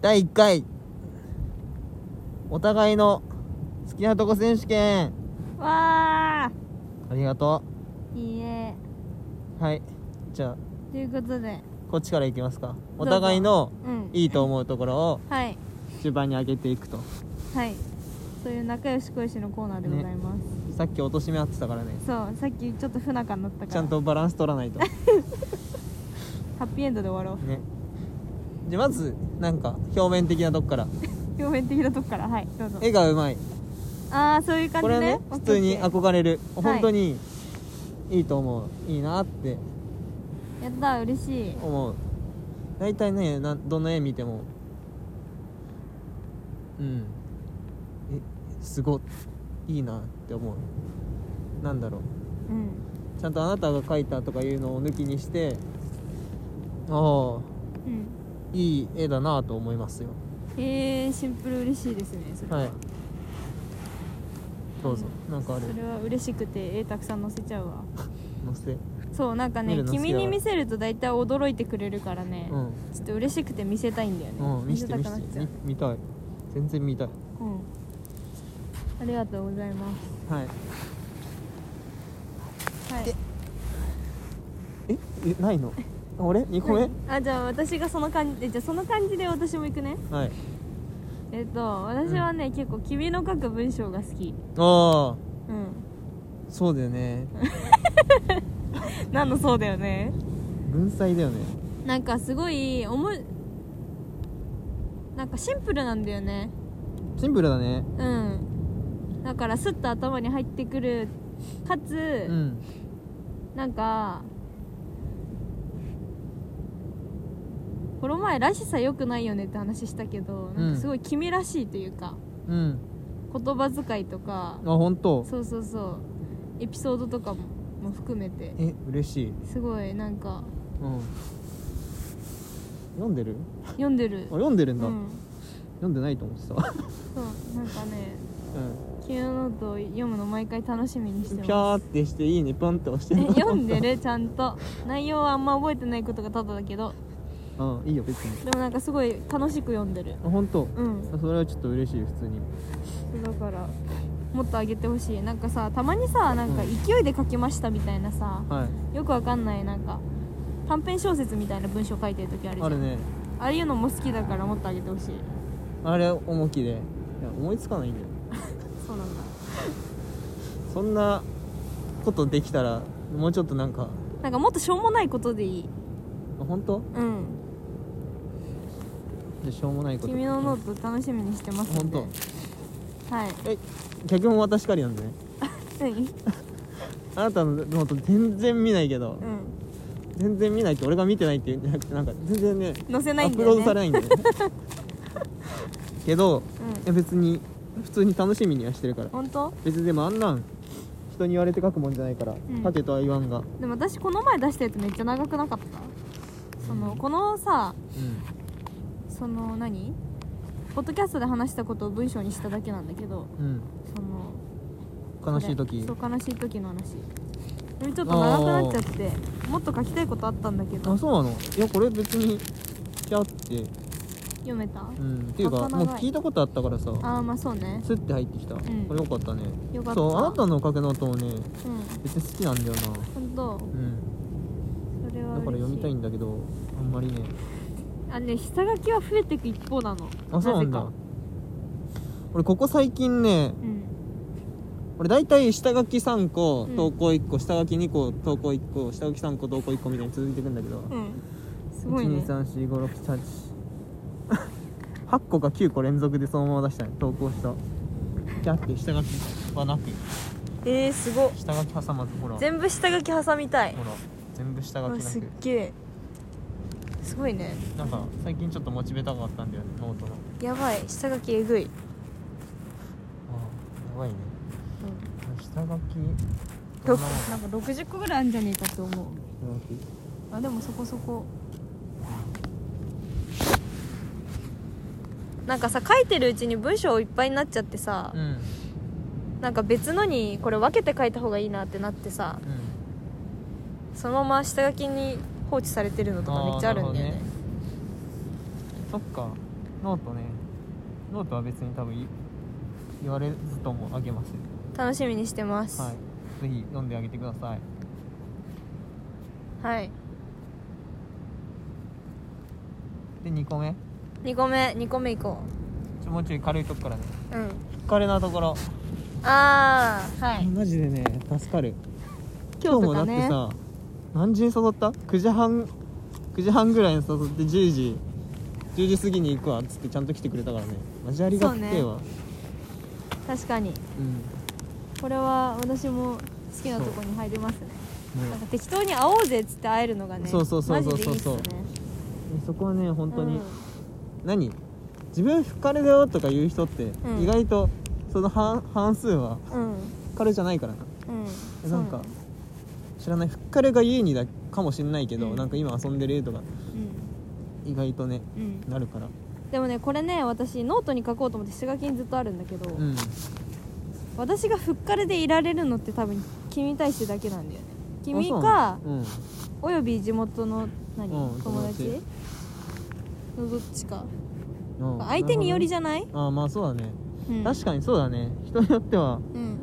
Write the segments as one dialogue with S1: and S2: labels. S1: 第1回お互いの好きなとこ選手権
S2: わあ
S1: ありがと
S2: いいえ
S1: うはいじゃあ
S2: ということで
S1: こっちからいきますか
S2: ど
S1: お
S2: うぞ
S1: 互いの
S2: うん
S1: いいと思うところを
S2: はい
S1: 順番に上げていくと
S2: はいそういう仲良し恋しのコーナーでございます、
S1: さっき落とし目合ってたからね
S2: そうさっきちょっと不仲になったから
S1: ちゃんとバランス取ら ないと
S2: ハッピーエンドで終わろう
S1: ねじゃあまずなんか表面的なとこから
S2: 表面的なとこからはいどうぞ
S1: 絵がうまい
S2: ああそういう感
S1: こ
S2: じ
S1: れ
S2: ね
S1: はね
S2: オッ
S1: 普
S2: ケー
S1: 通に
S2: オッケ
S1: 憧れる
S2: はい
S1: 本当にいいと思ういいなって
S2: ーやった嬉しい
S1: 思う大体ねなんどんな絵見てもうんえすごいいいなって思うなんだろう
S2: うん
S1: ちゃんとあなたが描いたとかいうのを抜きにしてああ
S2: うん
S1: いい絵だなと思いますよ
S2: えー、シンプル嬉しいですねそれは、
S1: はいどうぞなんかある
S2: それは嬉しくて絵たくさん載せちゃう わ
S1: 載せ
S2: そうなんか
S1: 見
S2: ね
S1: るの好きだ
S2: 君
S1: わ
S2: に見せると大体驚いてくれるからね、
S1: うん
S2: ちょっと嬉しくて見せたいんだよね、
S1: うん見して見
S2: たく
S1: し
S2: なっち
S1: て
S2: ゃう
S1: み見たい全然見たい
S2: うんありがとうございま
S1: はい
S2: すはい
S1: えええない の俺2個目
S2: 何あじゃあ私がその感じでじゃあその感じで私も行くね
S1: はい
S2: えっ、と私はね、結構君の書く文章が好き
S1: ああ
S2: うん
S1: そうだよね
S2: 何のそうだよね
S1: 文才だよね
S2: なんかすごい思いなんかシンプルなんだよね
S1: シンプルだね
S2: うんだからスッと頭に入ってくるかつ、
S1: うん
S2: なんかこの前らしさ良くないよねって話したけどなんかすごい君らしいというか、
S1: うん
S2: 言葉遣いとか
S1: あ本当
S2: そうそうそうエピソードとかもも含めて
S1: え嬉しい
S2: すごいなんか
S1: うん読んでる
S2: 読んでる
S1: あ読んでるん
S2: う
S1: だ、
S2: ん
S1: 読んでないと思って たわ
S2: そうなんかね
S1: う
S2: 昨日のと読むの毎回楽しみにして
S1: んピャー
S2: ま
S1: っ
S2: す
S1: てしていいねポンって押して
S2: え
S1: る
S2: 読んでるちゃんと内容はあんま覚えてないことがただだけど
S1: うんいいよ別に
S2: でもなんかすごい楽しく読んでる
S1: あ本当
S2: うん
S1: あそれはちょっと嬉しい普通に
S2: だからもっと上げてほしいなんかさたまにさなんか
S1: うん
S2: 勢いで書きましたみたいなさ、
S1: はい
S2: よくわかんないなんか短編小説みたいな文章書いてる時あるじゃん
S1: あるね
S2: ああいうのも好きだからもっと上げてほしい
S1: あれ重きでいや思いつかないんだよ
S2: そうなんだ
S1: そんなことできたらもうちょっとなんか
S2: なんかもっとしょうもないことでいい
S1: あ本当
S2: うん
S1: じゃあしょうもないこと
S2: 君のノート楽しみにしてます
S1: 本
S2: んで
S1: 当
S2: はい
S1: え逆も私から読んでね
S2: 何
S1: あなたのノート全然見ないけど、
S2: うん
S1: 全然見ないって俺が見てないっていうんじゃなくてなんか全然ね
S2: 載せな
S1: ア
S2: い
S1: ッ
S2: ん
S1: プ
S2: だ
S1: ロード
S2: よね
S1: されないんだよね けどいや
S2: うん
S1: 別に普通に楽しみにはしてるから
S2: 本当
S1: 別にでもあんなん人に言われて書くもんじゃないから、
S2: ん
S1: 書けとは言わんが、
S2: でも私この前出したやつめっちゃ長くなかったそのこのさその何ポッドキャストで話したことを文章にしただけなんだけど
S1: うん、
S2: その
S1: うん、悲しい時
S2: そう悲しい時の話これちょっと長くなっちゃってもっと書きたいことあったんだけど
S1: あそうなのいやこれ別にキャーって
S2: 読めた、
S1: うんっていうか
S2: 儚
S1: も
S2: いう
S1: 聞いたことあったからさ
S2: ああまあそうね
S1: スッて入ってきた、
S2: ん
S1: これよかったね
S2: よかった
S1: そうあなたの書くノートもね
S2: うん
S1: 別に好きなんだよな
S2: 本当
S1: うん
S2: それ
S1: だ
S2: は
S1: から
S2: 嬉し
S1: 読みたい
S2: い
S1: んだけどあんまりね
S2: あね下書きは増えていく一方なの
S1: あそうなん
S2: ぜ
S1: だ
S2: か
S1: 俺ここ最近ね
S2: うん
S1: 俺大体下書き3個
S2: うん
S1: 投稿1個、下書き2個投稿1個下書き3個投稿1個みたいに続いていくんだけど、
S2: うん すごいね
S1: 123456788 8個か9個連続でそのまま出したね投稿したキャって下書きはなく
S2: えー、すごっ
S1: 下書き挟まずほらほら
S2: 全部下書き挟みたい
S1: 全部下書
S2: わ
S1: きな
S2: すっ
S1: く
S2: げえすごいね
S1: なんか最近ちょっとモチベ高かったんだよねノートの
S2: やばい下書きえぐい、
S1: あやばいね
S2: うん
S1: 下書きどんなも
S2: なん
S1: ん
S2: か
S1: 下
S2: 60個ぐらいあるんじゃねえかと思う
S1: 書き
S2: あでもそこそこなんかさ書いてるうちに文章いっぱいになっちゃってさ、
S1: うん
S2: なんか別のにこれ分けて書いた方がいいなってなってさ
S1: う
S2: そのまま下書きに放置されてるのとかめっちゃあるんだよ
S1: あー
S2: ね
S1: なるほどんそっかノートねノートは別に多分い言われずともあげます
S2: 楽しみにしてます
S1: はいぜひ読んであげてください
S2: はい、
S1: で2個目
S2: 2個目2個目いこ
S1: ちょもうちょい軽いとこからね
S2: ううん
S1: 軽れなところ、
S2: ああは
S1: あ
S2: い
S1: マジでね助かる
S2: 今日とか
S1: もだって
S2: ね
S1: さ何時に誘った9時半9時半ぐらいに誘って10時10時過ぎに行くわっつってちゃんと来てくれたからねマジありがってえわう,、
S2: 確かに
S1: ん
S2: これは私も好きなとこに入りますね
S1: ね
S2: なんか適当に会おうぜっつって会えるのがね
S1: そうそうそうそう
S2: マジでいいっすね
S1: そうそこはね本当に、
S2: うん
S1: 何自分吹かれだよとか言う人って、
S2: うん
S1: 意外とその半半数は
S2: うん
S1: 吹かれじゃないからな
S2: うん
S1: なんか知らない吹かれがゆえにだかもしんないけど、
S2: うん
S1: なんか今遊んでるとか
S2: そううん
S1: 意外とね
S2: うん
S1: なるから
S2: でもねこれね私ノートに書こうと思って下書きにずっとあるんだけど、
S1: うん
S2: 私がふっかれでいられるのって多分君に対してだけなんだよね君
S1: あ
S2: か
S1: そうなの
S2: および地元の何、
S1: うん
S2: 友達
S1: 友
S2: のどっちか
S1: うん、うん
S2: 相手によりじ
S1: ゃ
S2: ゃない、
S1: ああまあそうだね、
S2: うん、
S1: 確かにそうだね人によっては
S2: うん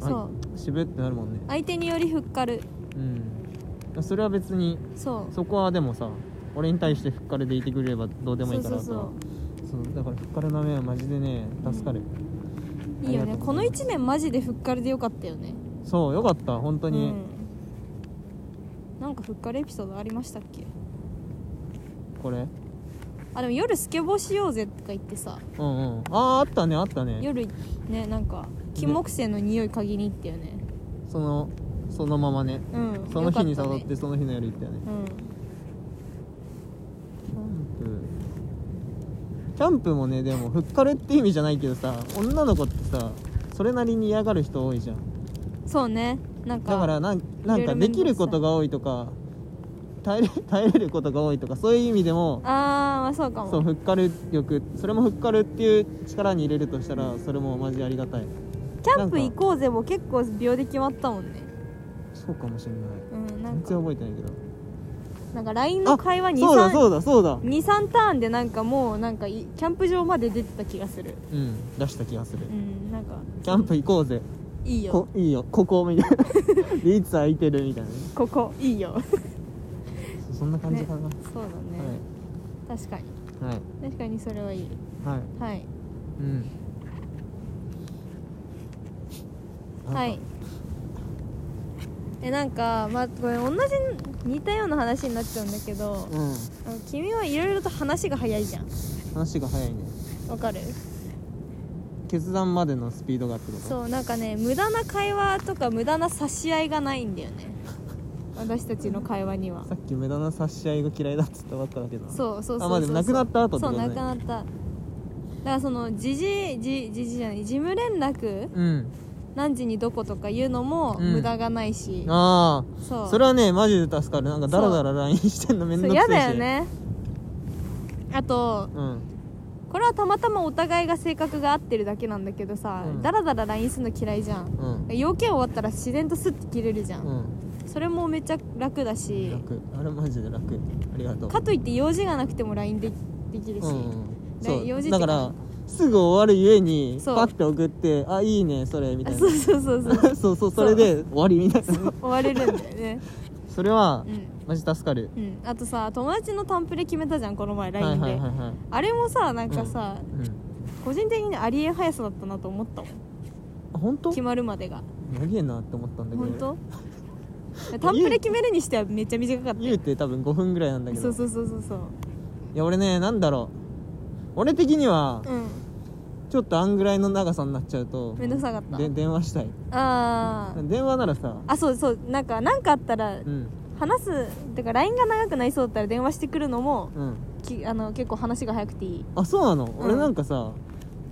S1: あ
S2: そう
S1: 渋ってなるもんね
S2: 相手によりふっかる
S1: うんそれは別に
S2: そう
S1: そこはでもさ俺に対してふっかれでいてくれればどうでもいいから
S2: そうそう
S1: そうだからふっかれの目はマジでね助かる、
S2: そういいよ
S1: ありがと
S2: ね
S1: う
S2: この1年マジでふっかるでよかったよね
S1: そうよかった本当に、
S2: うん、なんかふっかるエピソードありましたっけ
S1: これ
S2: あでも夜スケボーしようぜとか言ってさ
S1: うんうんあああったねあったね
S2: 夜ねなんか金木犀の匂い嗅ぎに行ったよね
S1: そのそのままね
S2: うん
S1: その日に
S2: よか
S1: 誘
S2: た
S1: っ
S2: ね
S1: てその日の夜行ったよね
S2: うん
S1: キャンプキャンプもねでもふっかれって意味じゃないけどさ女の子ってさそれなりに嫌がる人多いじゃん
S2: そうねなんか
S1: だからなんなん
S2: いろ
S1: か
S2: いろ面倒くさい
S1: できることが多いとか耐えれ 耐えれることが多いとかそういう意味でも
S2: あーまあそうかも
S1: そうふっかる力それもふっかるっていう力に入れるとしたらそれもマジありがたい
S2: キャンプ
S1: なん
S2: 行
S1: か
S2: こうぜも結構秒で決まったもんね
S1: そうかもしれない
S2: うんなん
S1: 全然
S2: か
S1: 覚えてないけど
S2: なんか LINE の会話
S1: そうだ
S2: 23
S1: そうだそうだ
S2: 23ターンでなんかもうなんかいキャンプ場まで出てた気がする
S1: うん出した気がする
S2: うんなんか
S1: キャンプ行こうぜ
S2: いいよ
S1: こいいよここみ たいなでいつ空いてるみたいなね
S2: ここいいよ
S1: そそんな感じかな、
S2: そうだね、確かに
S1: はい
S2: 確かにそれはいい
S1: はいはい
S2: はい
S1: うんなんか
S2: はいえなんかまあこれ同じ似たような話になっちゃうんだけど
S1: うん
S2: あの君はいろいろと話が早いじゃん
S1: 話が早いね
S2: わかる
S1: 決断までのスピードがってこと
S2: そうなんかね無駄な会話とか無駄な差し合いがないんだよね私たちの会話には
S1: さっき無駄な差し合いが嫌いだっつったばっかだけど
S2: そうそうそうそう
S1: あまあでもなくなった後って
S2: そ
S1: こと
S2: う
S1: ね
S2: なくなっただからその時事時時事じゃない事務連絡
S1: うん
S2: 何時にどことか言うのも
S1: うん
S2: 無駄がないし、
S1: あ
S2: そ
S1: あ
S2: う
S1: それはねマジで助かるなんかダラダラ LINE してんのめん
S2: そ
S1: ど
S2: う
S1: くさい
S2: 嫌
S1: し
S2: だよねあと
S1: うん
S2: これはたまたまお互いが性格が合ってるだけなんだけどさ、
S1: うん
S2: ダラダラ LINE するの嫌いじゃん
S1: うん
S2: 要件終わったら自然とスッて切れるじゃん、
S1: うん
S2: それもめっちゃ楽だし
S1: 楽あれマジで楽ありがとう
S2: かといって用事がなくても LINE でできるし、
S1: うんうん
S2: で
S1: そ
S2: 用事
S1: う
S2: って
S1: だからすぐ終わるゆえに
S2: そう
S1: パッて送って「あいいねそれ」み
S2: あ
S1: たい
S2: そう
S1: な
S2: そうそうそう
S1: そうそうそれで終わりみたいな
S2: 終われるんだよね
S1: それは
S2: うん
S1: マジ助かる
S2: うん、あとさ友達のタンプレ決めたじゃんこの前
S1: はい
S2: LINE で、
S1: はいはいはい
S2: あれもさなんかさ、
S1: うん
S2: 個人的にありえん速さだったなと思ったもん
S1: あ本当
S2: 決まるまでが
S1: 長えなって思ったんだけど
S2: 本当タンプレ決めるにしてはめっちゃ短かった
S1: 言うて多分5分ぐらいなんだけど
S2: そうそうそうそうそう
S1: いや俺ねなんだろう俺的には
S2: うん
S1: ちょっとあんぐらいの長さになっちゃうと
S2: めんどくさかった
S1: で電話したい
S2: あー
S1: 電話ならさ
S2: あそうそうなんかなんかあったら
S1: うん
S2: 話すてか LINE が長くなりそうだったら電話してくるのも
S1: うん
S2: きあの結構話が早くていい
S1: あそうなの、
S2: ん
S1: 俺なんかさ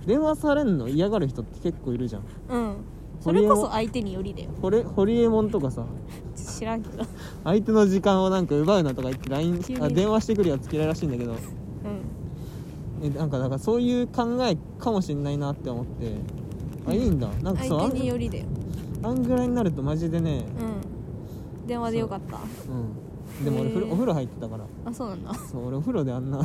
S1: 電話されんの嫌がる人って結構いるじゃん
S2: うんそ
S1: 堀江
S2: れ
S1: も
S2: こそ相手によりだよ
S1: ホレホリエモンとかさ
S2: ち知らんけど
S1: 相手の時間をなんか奪うなとか言って LINE
S2: 急
S1: あ
S2: に
S1: 電話してくるやつ嫌いらしいんだけど
S2: うん
S1: えなんかだからそういう考えかもしんないなって思ってあいいんだなんかそうあ
S2: 相手に
S1: ん
S2: よりだよ
S1: あんぐらいになるとマジでね
S2: うん電話でよかった
S1: うんでも俺風呂
S2: へー
S1: お風呂入ってたから
S2: あそうなんだ
S1: そう俺お風呂であんな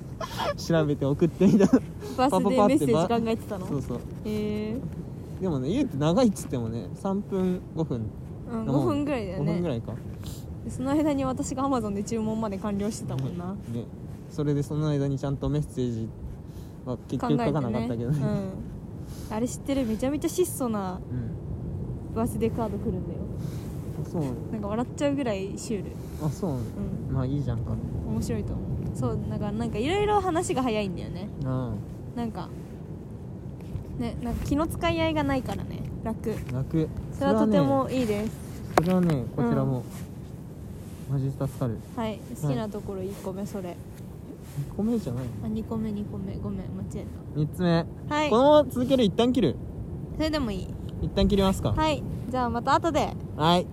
S1: 調べて送ってみたい
S2: バースデーメッセ
S1: パパパ
S2: ー
S1: って
S2: ジ考えてた
S1: なそう
S2: の
S1: そう
S2: へえ
S1: でもね言うて長いっつってもね3分5分
S2: うん、5分ぐらいだよ
S1: 5分ぐ
S2: ね
S1: らいか
S2: その間に私がアマゾンで注文まで完了してたもんな
S1: ねそれでその間にちゃんとメッセージは結
S2: 考
S1: 局書
S2: えて
S1: かなかったけどね
S2: ねうん、あれ知ってるめちゃめちゃ質素な
S1: うん
S2: バースデーカード来るんだよ
S1: そう
S2: なんか笑っちゃうぐらいシュール
S1: あそう
S2: う
S1: まあいいじゃんか
S2: ん面白いと思うそうなんかなんかいろいろ話が早いんだよね
S1: あ
S2: なんかねなんか気の使い合いがないからね楽
S1: あ楽
S2: それはとても
S1: ね
S2: いいです
S1: それはねこちらも、マジ助かる
S2: はい好きなところ1個目それ
S1: 2個目じゃない
S2: あ2個目2個目ごめん間違え
S1: 3つ目、
S2: たはい
S1: こ
S2: そ
S1: のまま続ける一旦切る
S2: れでもいい
S1: 一旦切りますか
S2: はいじゃあまた後で
S1: はい